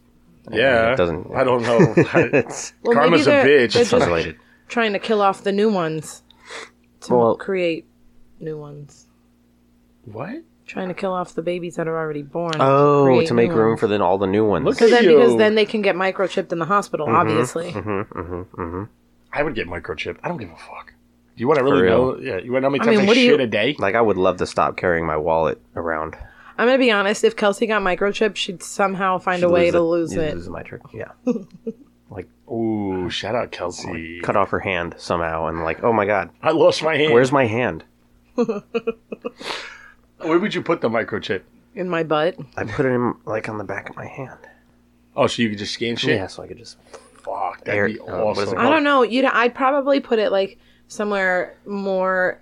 Yeah.
It doesn't-
I don't know. [LAUGHS]
[LAUGHS] it's
well,
Karma's a
maybe they're-
bitch.
They're just
[LAUGHS]
related.
trying to kill off the new ones to
Well-
create new ones.
what?
Trying to kill off the babies that are already born.
Oh, to make room for then all the new ones.
Look
Because
at
then,
you.
because then they can get microchipped in the hospital.
Mm-hmm,
Obviously,
I would get microchip. I don't give a fuck. You want to really
real.
know? Yeah. You want to know how many
I
times I
mean, what do you-
shit a day?
Like I would love to stop carrying my wallet around.
I'm gonna be honest. If Kelsey got microchipped, she'd somehow find a way to lose
You'd
it.
Lose my trick.
[LAUGHS]
Yeah.
Ooh, shout out
Oh
Kelsey.
Cut off her hand somehow, and like, oh my god,
I lost my hand.
where's my hand?
Where would you put the microchip?
in my butt.
I put it in like on the back of my hand.
Oh, so you could just scan shit.
Yeah, so I could just.
Fuck, that'd
Air-
be
uh, what is it
awesome.
I don't know. You'd I'd probably put it like somewhere more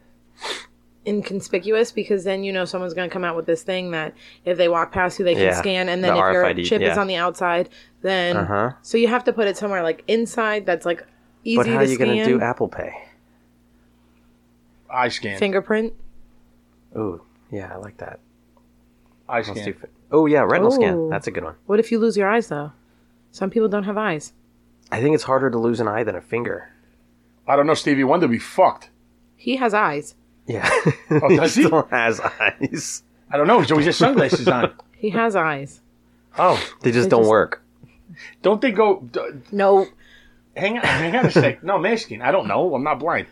inconspicuous because then you know someone's going to come out with this thing that if they walk past you they can
Yeah,
scan and then
the
if
RFID,
your chip is
yeah.
on the outside then
Uh-huh.
so you have to put it somewhere like inside that's like easy
But how are
to
you
scan
gonna do Apple Pay?
I scan.
fingerprint
Ooh, yeah, I like that.
I
Let's
scan.
do fi- Oh yeah, retinal scan.
Ooh.
That's a good one.
what if you lose your eyes though some people don't have eyes
I think it's harder to lose an eye than a finger.
I don't know. Stevie Wonder be fucked.
he has eyes
[LAUGHS] Yeah. Oh,
does he?
still has eyes.
I don't know. So he's just sunglasses
[LAUGHS]
on.
he has eyes
Oh,
They just don't
just-
work.
don't they go? d-
no
Hang on, hang on a sec. No, I'm asking. I don't know. I'm not blind.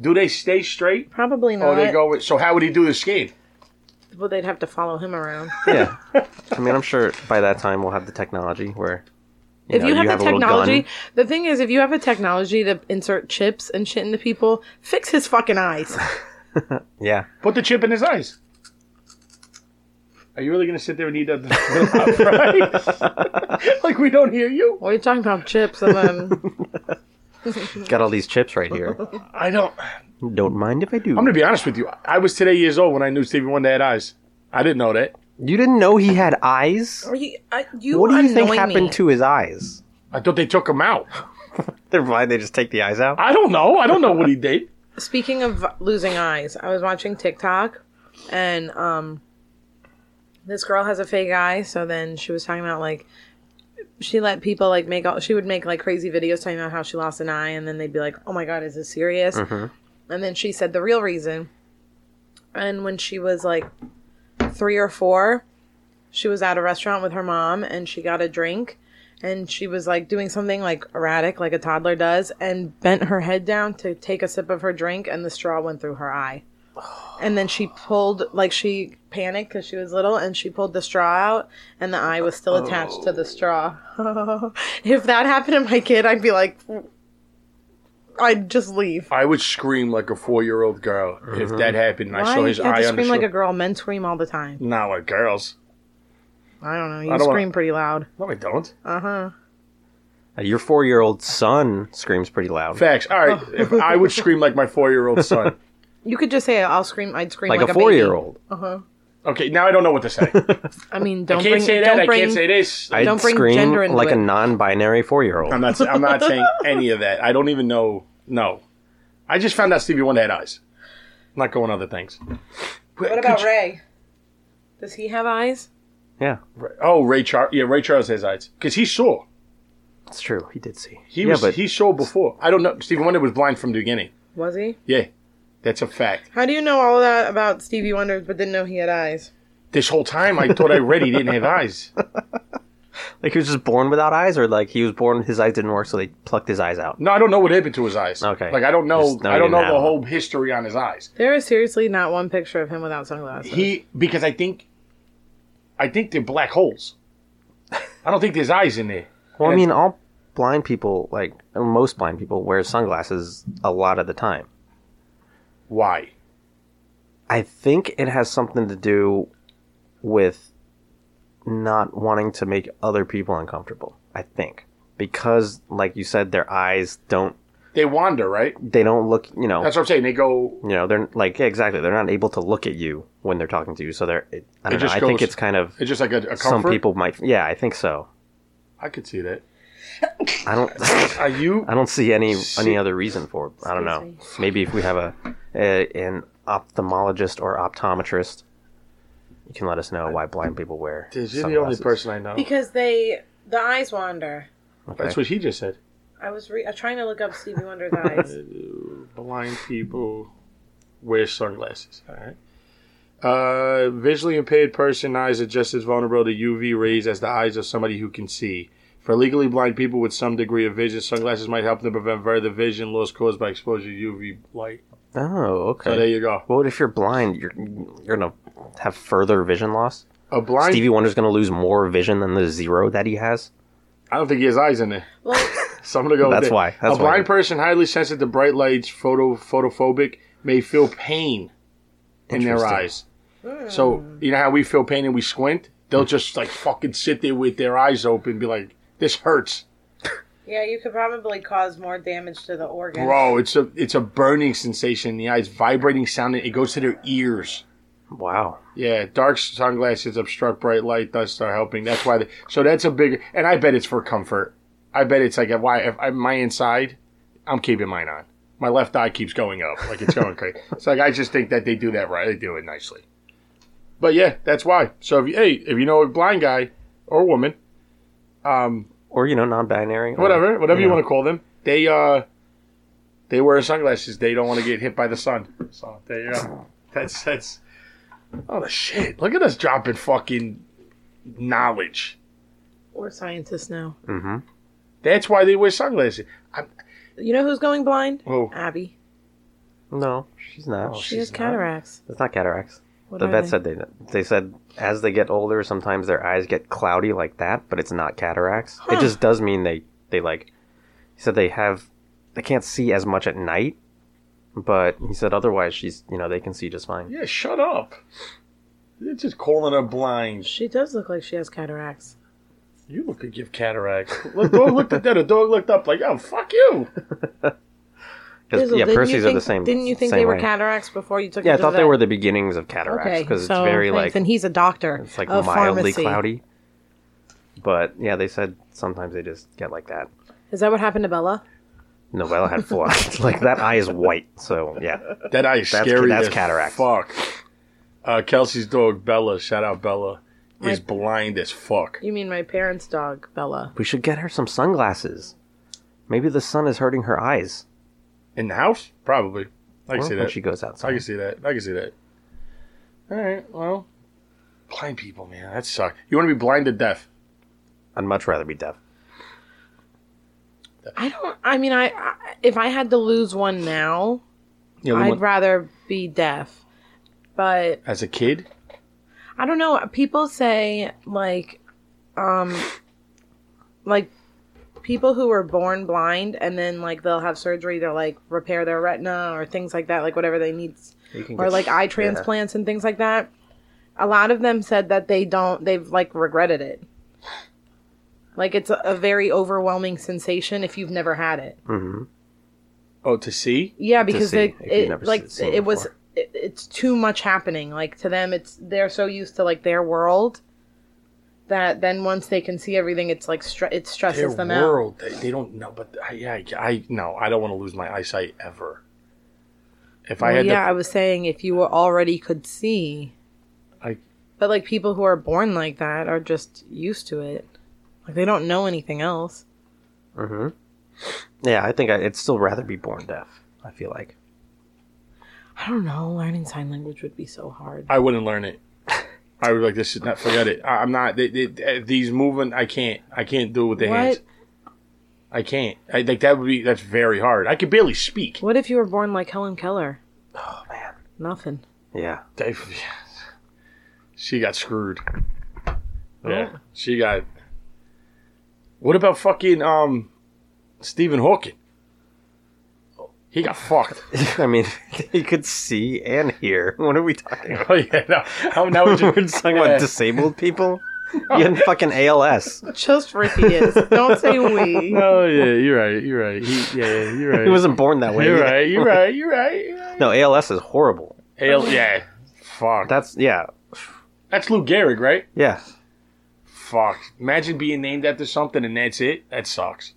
Do they stay straight,
probably not
or Oh, they go? With, so how would he do the scan?
well they'd have to follow him around
Yeah. [LAUGHS] I mean, I'm sure by that time we'll have the technology where. You
If
know,
you have,
a
the
little
technology,
gun.
the thing is, if you have a technology to insert chips and shit into people, fix his fucking eyes.
Yeah.
Put the chip in his eyes. Are you really gonna sit there and eat that [LAUGHS] little fries? [LAUGHS] like we don't hear you.
What are you talking about chips? Um, And then
Got all these chips right here.
I don't.
[LAUGHS] Don't mind if I do.
I'm gonna be honest with you. I was today years old when I knew Stevie Wonder had eyes. I didn't know that.
You didn't know he had eyes?
[LAUGHS] are you, I, you
What do you think
annoy
happened
me.
to his eyes?
I thought they took him out.
They're blind. They just take the eyes out.
I don't know. I don't know what he did.
Speaking of losing eyes, I was watching TikTok, and um, this girl has a fake eye. So then she was talking about like she let people like make all she would make like crazy videos talking about how she lost an eye, and then they'd be like, "Oh my god, is this serious?" And then she said the real reason. And when she was like three or four, she was at a restaurant with her mom, and she got a drink, and she was like doing something like erratic, like a toddler does, and bent her head down to take a sip of her drink, and the straw went through her eye. And then she pulled, like she panicked because she was little, and she pulled the straw out, and the eye was still attached
Oh.
to the straw. [LAUGHS] if that happened to my kid, I'd be like, I'd just leave.
[LAUGHS] I would scream like a four year old girl if that happened. and I saw
Why?
his
you have
eye
to
on the
scream like a
shoulder.
girl. Men scream all the time.
Not like girls.
I don't know. You
don't wanna-
scream pretty loud.
No, I don't.
Uh-huh.
Uh, Your four year old son screams pretty loud.
Facts. All
[LAUGHS]
right. if I would scream like my four year old son.
You could just say, "I'll scream." I'd scream
Like,
like,
a
baby.
four year old.
Okay, now I don't know what to say.
I mean, don't
I can't
bring,
say that.
don't
I
bring,
can't say this. I,
I'd
Don't bring
scream
gender into
like a
it.
non binary four year old.
am not. I'm not saying any of that. I don't even know. No, I just found out Stevie Wonder had eyes. I'm not going other things.
What about Ray? Does he have eyes?
Yeah,
Oh, Ray Charles. Yeah, Ray Charles has eyes because he saw.
it's true. He did see.
He
yeah,
was.
but
he saw before. I don't know. Stevie Wonder was blind from the beginning.
Was he?
Yeah, that's a fact.
How do you know all that about Stevie Wonder but didn't know he had eyes?
This whole time, I thought I read he didn't have eyes.
like he was just born without eyes, or like he was born his eyes didn't work, so they plucked his eyes out.
No, I don't know what happened to his eyes.
Okay.
Like I don't know.
Just know
I
he
don't
didn't
know
have
the
them.
whole history on his eyes.
There is seriously not one picture of him without sunglasses.
He because I think, I think they're black holes. I don't think there's eyes in there.
Well, I
And-
mean, all blind people, like or most blind people, wear sunglasses a lot of the time.
Why?
I think it has something to do with not wanting to make other people uncomfortable. I think because, like you said, their eyes don't
They wander, right?
they don't look. You know,
That's what I'm saying. They go.
you know, they're like yeah, exactly. They're not able to look at you when they're talking to you. So they're. It, I don't know.
just
I think
goes-
it's kind of
It's just like a, a comfort.
some people might. Yeah, I think so.
I could see that.
I don't. [LAUGHS]
Are you?
I don't see any
See-
any other reason for it. I don't know.
Excuse
Maybe if we have a, a an ophthalmologist or optometrist, you can let us know why blind people wear.
Is he the only
sunglasses.
person I know?
because they the eyes wander.
That's what he just said.
I was re- I'm trying to look up Stevie
[LAUGHS]
Wonder's eyes.
Blind people wear sunglasses. All right. Uh, visually impaired person eyes are just as vulnerable to UV rays as the eyes of somebody who can see. For legally blind people with some degree of vision, sunglasses might help them prevent further vision loss caused by exposure to UV light.
Oh, okay.
So there you go.
well, if you're blind, you're you're gonna have further vision loss.
A blind.
Stevie Wonder's gonna lose more vision than the zero that he has.
I don't think he has eyes in there.
well,
[LAUGHS] So I'm gonna go. with
That's
that.
why. That's
a
why.
blind person highly sensitive to bright lights, photo photophobic, may feel pain in their
Interesting.
eyes. So you know how we feel pain and we squint. They'll
Mm.
just like fucking sit there with their eyes open, and be like, "This hurts,
yeah, you could probably cause more damage to the organ.
bro." It's a it's a burning sensation in the eyes, vibrating sound. It goes to their ears.
Wow.
Yeah, dark sunglasses obstruct bright light, thus are helping. That's why. They, so that's a big, and I bet it's for comfort. I bet it's like if why if I, my inside, I'm keeping mine on. My left eye keeps going up, like it's going crazy. It's like I just think that they do that right. They do it nicely. But yeah, that's why. So if you, hey, if you know a blind guy or woman,
Or you know, non-binary. or-
whatever, whatever you
know.
want to call them, they uh, they wear sunglasses. They don't want to get hit by the sun. So there you go. [LAUGHS] That's that's. Oh the shit! Look at us dropping fucking knowledge.
We're scientists now.
Mm-hmm.
That's why they wear sunglasses. I,
You know who's going blind?
Who?
Abby.
No, she's
Oh,
not.
She has
She's not.
cataracts.
It's not cataracts.
What
the
are
vet
they?
said they they said as they get older, sometimes their eyes get cloudy like that, but it's not cataracts. It just does mean they they like. He said they have they can't see as much at night, but he said otherwise she's you know they can see just fine.
yeah, shut up. You're just calling her blind.
She does look like she has cataracts.
You look like you have cataracts. The dog looked at that. The dog looked up like, oh, fuck you.
Dizzle,
'Cause, yeah,
didn't you
Percy's are
think-
the same.
Didn't you think
same
they were
way.
cataracts before you took?
Yeah, I
them to
thought
the
they
vet?
were the beginnings of cataracts
Okay,
because
so
it's very
thanks.
like
and he's a doctor.
it's like
of
mildly
pharmacy.
cloudy. But yeah, they said sometimes they just get like that.
Is that what happened to Bella?
Novella had flaw. like that eye is white, so yeah.
That eye is
That's-
scary.
that's
as
cataracts.
Fuck. Uh, Kelsey's dog, Bella, shout out Bella, is blind as fuck.
You mean my parents' dog, Bella?
We should get her some sunglasses. Maybe the sun is hurting her eyes.
In the house? Probably. I can
Well,
see
when
that.
she goes outside.
I can see that. I can see that. All right, well. Blind people, man. That sucks. You want to be blind to deaf?
I'd much rather be deaf.
that.
I don't. I mean, I, I if I had to lose one now,
You know,
I'd
when-
rather be deaf. But
as a kid,
I don't know. People say like, um, like people who were born blind and then like they'll have surgery to like repair their retina or things like that, like whatever they need,
You can
or
get-
like eye
yeah.
transplants and things like that. A lot of them said that they don't. They've like regretted it. Like it's a, a very overwhelming sensation if you've never had it.
oh, to see,
Yeah, because
see
they,
if you've
it,
never
like
seen it
it was,
before.
it, it's too much happening. Like to them, it's they're so used to like their world that then once they can see everything, it's like stre- it
their
stresses them out.
world, they, they don't know. But I, yeah, I, I no, I don't want to lose my eyesight ever. If I
Well,
had,
yeah,
to,
I was saying if you were already could see,
I,
but like people who are born like that are just used to it. Like they don't know anything else.
Yeah, I think I, I'd still rather be born deaf. I feel like
I don't know. Learning sign language would be so hard.
I wouldn't learn
[LAUGHS]
it. I would be like this is not forget it. I, I'm not they, they, these moving. I can't. I can't do it with the
What?
hands. I can't. I like that would be that's very hard. I could barely speak.
What if you were born like Helen Keller?
Oh man.
Nothing.
Yeah. [LAUGHS]
They- she got screwed. Yeah, she got. What about fucking um, Stephen Hawking? He got fucked.
I mean, [LAUGHS] he could see and hear. [LAUGHS] What are we talking about?
[LAUGHS] Oh yeah, no. How- now [LAUGHS] we're
[LAUGHS] We're
just,
just talking about
[LAUGHS]
disabled people. You had fucking ALS.
Just Ricky is. Don't say we. [LAUGHS]
Oh yeah, you're right. You're right. [LAUGHS] He, yeah, yeah, you're right.
He wasn't born that way.
You're
either.
right. You're right. You're right. You're right.
No, ALS is horrible.
Hell yeah. Fuck.
That's yeah,
That's Lou Gehrig, right?
yeah.
Fuck. Imagine being named after something and that's it. That sucks.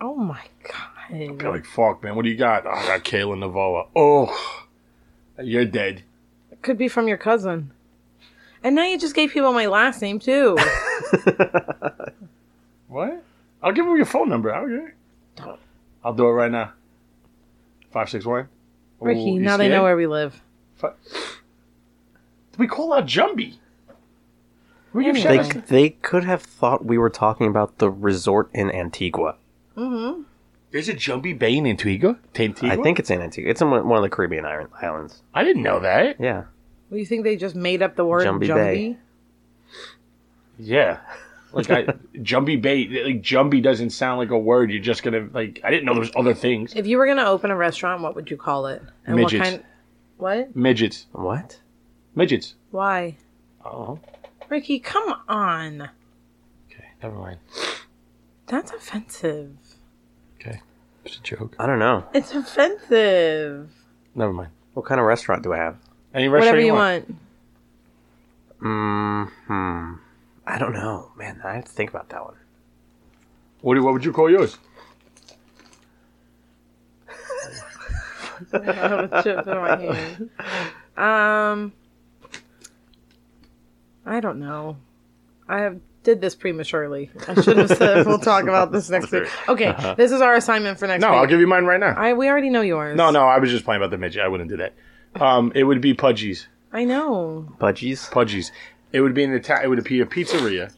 Oh my god.
You're like, fuck, man. What do you got? Oh, I got Kayla Navola. Oh, you're dead.
Could be from your cousin. And now you just gave people my last name too.
What? I'll give him your phone number. I don't care.
Don't.
I'll do it right now. Five six one.
Ricky, now they know where we live.
we call out Jumbie. We give
They
shout outs.
they could have thought we were talking about the resort in Antigua.
There's a Jumbie Bay in Antigua. Tantigua?
I think it's in Antigua. It's in one one of the Caribbean iron- islands.
I didn't know that.
Yeah,
Well, you think they just made up the word
Jumbie
Jumbie?
Bay.
Yeah. [LAUGHS] Like I, Jumbie Bay, like Jumbie doesn't sound like a word. You're just gonna like. I didn't know there was other things.
If you were gonna open a restaurant, what would you call it? And
Midgets.
what kind what?
Midgets,
what?
midgets.
Why?
Oh,
Ricky, come on.
okay. Never mind.
That's offensive.
Okay, it's a joke.
I don't know.
It's offensive.
Never mind.
What kind of restaurant do I have?
Any restaurant
Whatever you
want.
want.
Mm, hmm. I don't know, man. I have to think about that one.
What, do- what would you call yours?
I have a chip in my hand. Um, I don't know. I have, did this prematurely. I should have said we'll talk about this next
[LAUGHS]
week. Okay, this is our assignment for next
Uh-huh. No,
week.
I'll give you mine right now.
I we already know yours.
No, no, I was just playing about the midget. I wouldn't do that. Um, it would be Pudgies.
I know.
Pudgy's
Pudgies. It would be an Ita- It would be a pizzeria,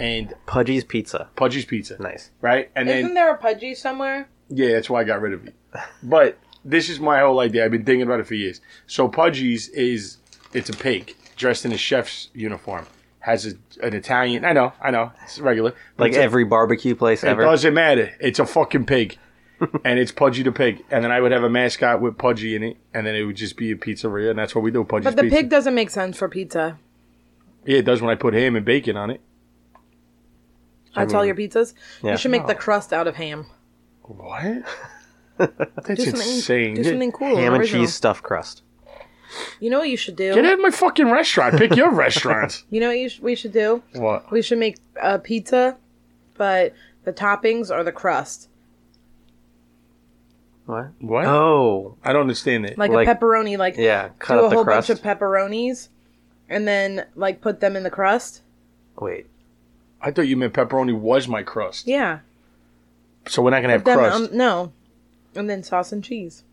and
Pudgy's Pizza.
Pudgies Pizza,
Nice.
right? And then
Isn't there a pudgy somewhere?
yeah, that's why I got rid of it. But this is my whole idea. I've been thinking about it for years. So Pudgies is it's a pig dressed in a chef's uniform, has a, an Italian. I know, I know, it's regular. but
Like
it's a-
every barbecue place
It
ever.
doesn't matter. It's a fucking pig. and it's Pudgy the pig. And then I would have a mascot with Pudgy in it. And then it would just be a pizzeria. And that's what we do, Pudgy's
But the
Pizza.
pig doesn't make sense for pizza.
yeah, it does when I put ham and bacon on it.
That's all your pizzas.
Yeah.
You should make the crust out of ham.
What? That's
Do something.
insane.
Do something cool.
Ham and
original.
cheese stuffed crust.
You know what you should do.
Get out of my fucking restaurant. Pick your restaurant.
You know what you sh- we should do.
What?
We should make a pizza, but the toppings are the crust,
What?
What?
Oh,
I don't understand it.
like,
Like-
a pepperoni. Like
yeah. Cut
do a
up the
whole
crust.
bunch of pepperonis, and then like put them in the crust.
Wait.
I thought you meant pepperoni was my crust.
Yeah,
So we're not going to have
Them-
crust.
um, no, and then sauce and cheese.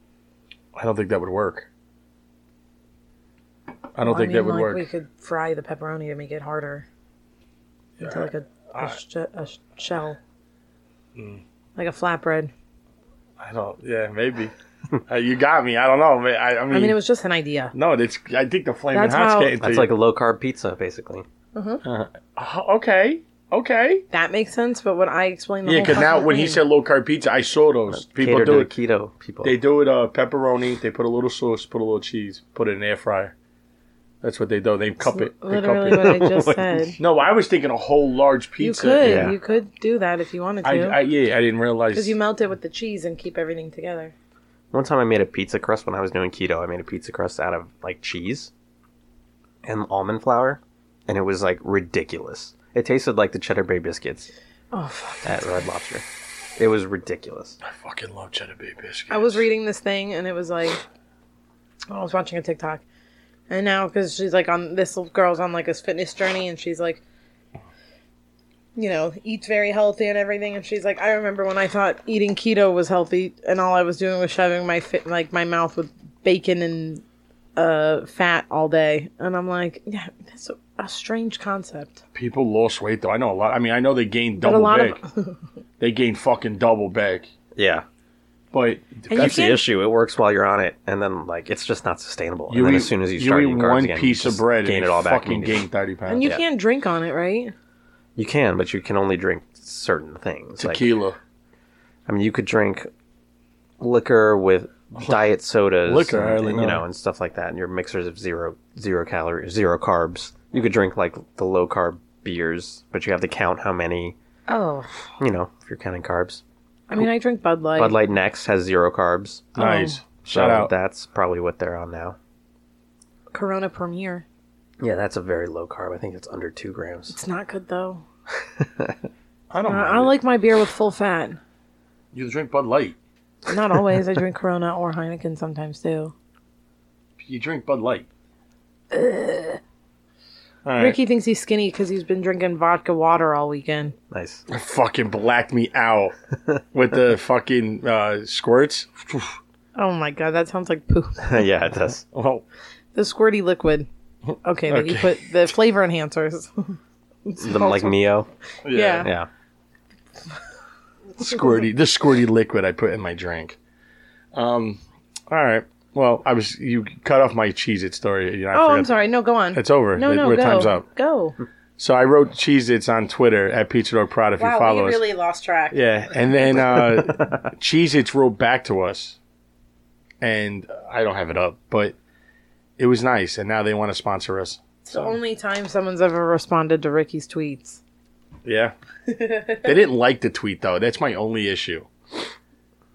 I don't think that would work. I don't
I
think that
mean,
would
like,
work.
We could fry the pepperoni to make it
Mm.
harder into like a, a, sh- a sh- shell. like a flatbread.
I don't. Yeah, maybe. [LAUGHS] Uh, you got me. I don't know. ma- I, I mean,
I mean, it was just an idea.
no. It's. I think the flaming
That's
hot's
how-
getting to
That's
you.
like a low carb pizza, basically.
Oh, okay. Okay.
That makes sense, but when I explained the
Yeah,
whole
because now
fucking
when he
thing-
said low carb pizza, I saw those people
Uh, Catered to
do
the
it.
keto people.
They do it uh, pepperoni. They put a little sauce, put a little cheese, put it in the air fryer. That's what they do. They cup it. They [LAUGHS] cup
literally
it.
what I just said.
No, I was thinking a whole large
You
pizza.
could,
yeah.
you could do that if you wanted
I, I
to,
yeah, I didn't realize.
because you melt it with the cheese and keep everything together.
One time I made a pizza crust when I was doing keto. I made a pizza crust out of like cheese and almond flour, and it was like ridiculous. It tasted like the Cheddar Bay biscuits
Oh, fuck.
at Red Lobster. It was ridiculous.
I fucking love cheddar bay biscuits.
I was reading this thing and it was like, I was watching a TikTok, and now because she's like on this girl's on like this fitness journey and she's like, you know, eats very healthy and everything, and she's like, I remember when I thought eating keto was healthy and all I was doing was shoving my fit like my mouth with bacon and uh fat all day, and I'm like, yeah, that's a, a strange concept.
people lost weight though. I know a lot. I mean, I know they gained
But a
double
lot
bag.
of
they gained fucking double bag.
Yeah,
But
that's the
can't-
issue. It works while you're on it, and then like it's just not sustainable. And
you
then
eat
as soon as you start
eat
eating carbs
one
again, you
piece of
just
bread,
gain
and
it all back.
Fucking
immediately.
gain thirty pounds.
and you
Yeah.
can't drink on it, right?
You can, but you can only drink certain things. Like,
tequila.
I mean, you could drink liquor with diet sodas,
Liquor, I
and,
only
you
know.
know, and stuff like that, and your mixers of zero zero calories, zero carbs. You could drink like the low carb beers, but you have to count how many.
Oh,
You know, if you're counting carbs,
I mean, I drink Bud Light.
Bud Light Next has zero carbs.
nice. Shout
so
out.
That's probably what they're on now.
Corona Premier.
Yeah, that's a very low carb. I think it's under two grams.
It's not good though.
I don't.
I,
know.
I like my beer with full fat.
you drink Bud Light.
Not always. I drink Corona or Heineken sometimes too.
You drink Bud Light. All right.
Ricky thinks he's skinny because he's been drinking vodka water all weekend.
Nice.
[LAUGHS]
[LAUGHS]
fucking blacked me out with [LAUGHS] the fucking uh, [LAUGHS] squirts.
Oh my god, that sounds like poop.
yeah,
[LAUGHS]
it does.
Oh,
The squirty liquid. Okay, that you
Okay.
put the flavor enhancers.
[LAUGHS]
The, like Neo.
yeah.
Yeah.
squirty the squirty liquid I put in my drink. Um, all right. Well, I was you cut off my Cheez It story. You know, I
Oh, I'm
forgot-
sorry. No, go on.
It's over.
No,
It-
no,
we're
go.
time's up.
Go.
So I wrote Cheez Its on Twitter at Pizza Dog Prod if you
Wow,
follow
we
us.
really lost track.
Yeah, and then uh,
[LAUGHS]
Cheez Its wrote back to us, and I don't have it up, but it was nice, and now they want to sponsor us.
It's the only time someone's ever responded to Ricky's tweets.
Yeah. they didn't like the tweet though. That's my only issue.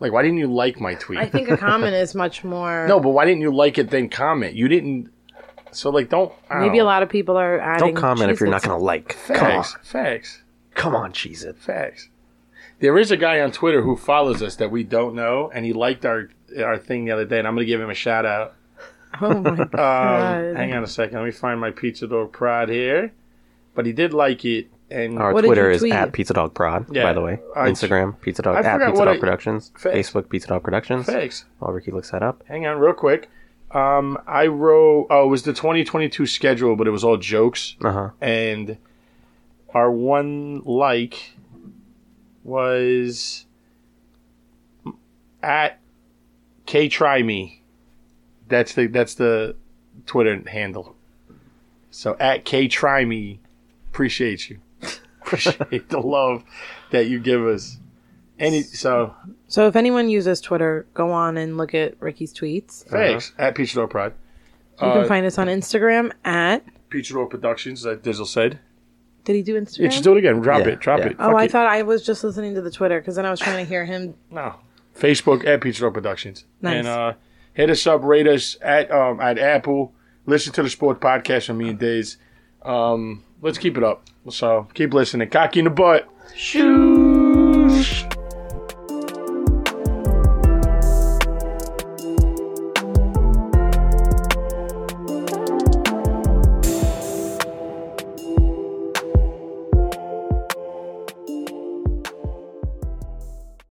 Like, why didn't you like my tweet?
I think a comment is much more.
[LAUGHS] no, but why didn't you like it then comment? You didn't. So like, don't I
Maybe
don't
a lot of people are adding.
Don't comment if you're not
Cheez-Its.
going to like.
know.
Come on.
Facts, facts,
Come on, Cheez It.
facts. There is a guy on Twitter who follows us that we don't know, and he liked our our thing the other day, and I'm gonna give him a shout out.
[LAUGHS] Oh my god.
[LAUGHS] Um, hang on a second, let me find my pizza dog prod here. But he did like it, and
Our
What did
Twitter
you
is
tweet?
at Pizza Dog Prod,
Yeah,
by the way.
I-
Instagram, Pizza Dog
I
at
forgot
Pizza
what
Dog
I-
Productions.
Thanks.
Facebook, Pizza Dog Productions.
facts.
While Ricky looks that up.
Hang on, real quick. Um, I wrote. Oh, it was the 2022 schedule, but it was all jokes.
Uh huh.
And our one like was at K Try Me. That's the that's the Twitter handle. So at K Try Me, appreciate you. [LAUGHS] appreciate the love that you give us. Any so
So if anyone uses Twitter, go on and look at Ricky's tweets.
thanks at Peach Door Pride.
You
Uh,
can find us on Instagram at.
Peach Door Productions, like Dizzle said.
Did he do Instagram?
Yeah, just do it again. Drop
Yeah,
it. Drop
yeah.
it.
oh,
Fuck
I
it.
thought I was just listening to the Twitter because then I was trying to hear him.
No. Facebook at Peach Door Productions.
Nice.
And uh, hit us up, rate us at um, at Apple. Listen to the Sport Podcast from me and Days. Um, let's keep it up. So keep listening. Cocky in the butt.
Shoosh.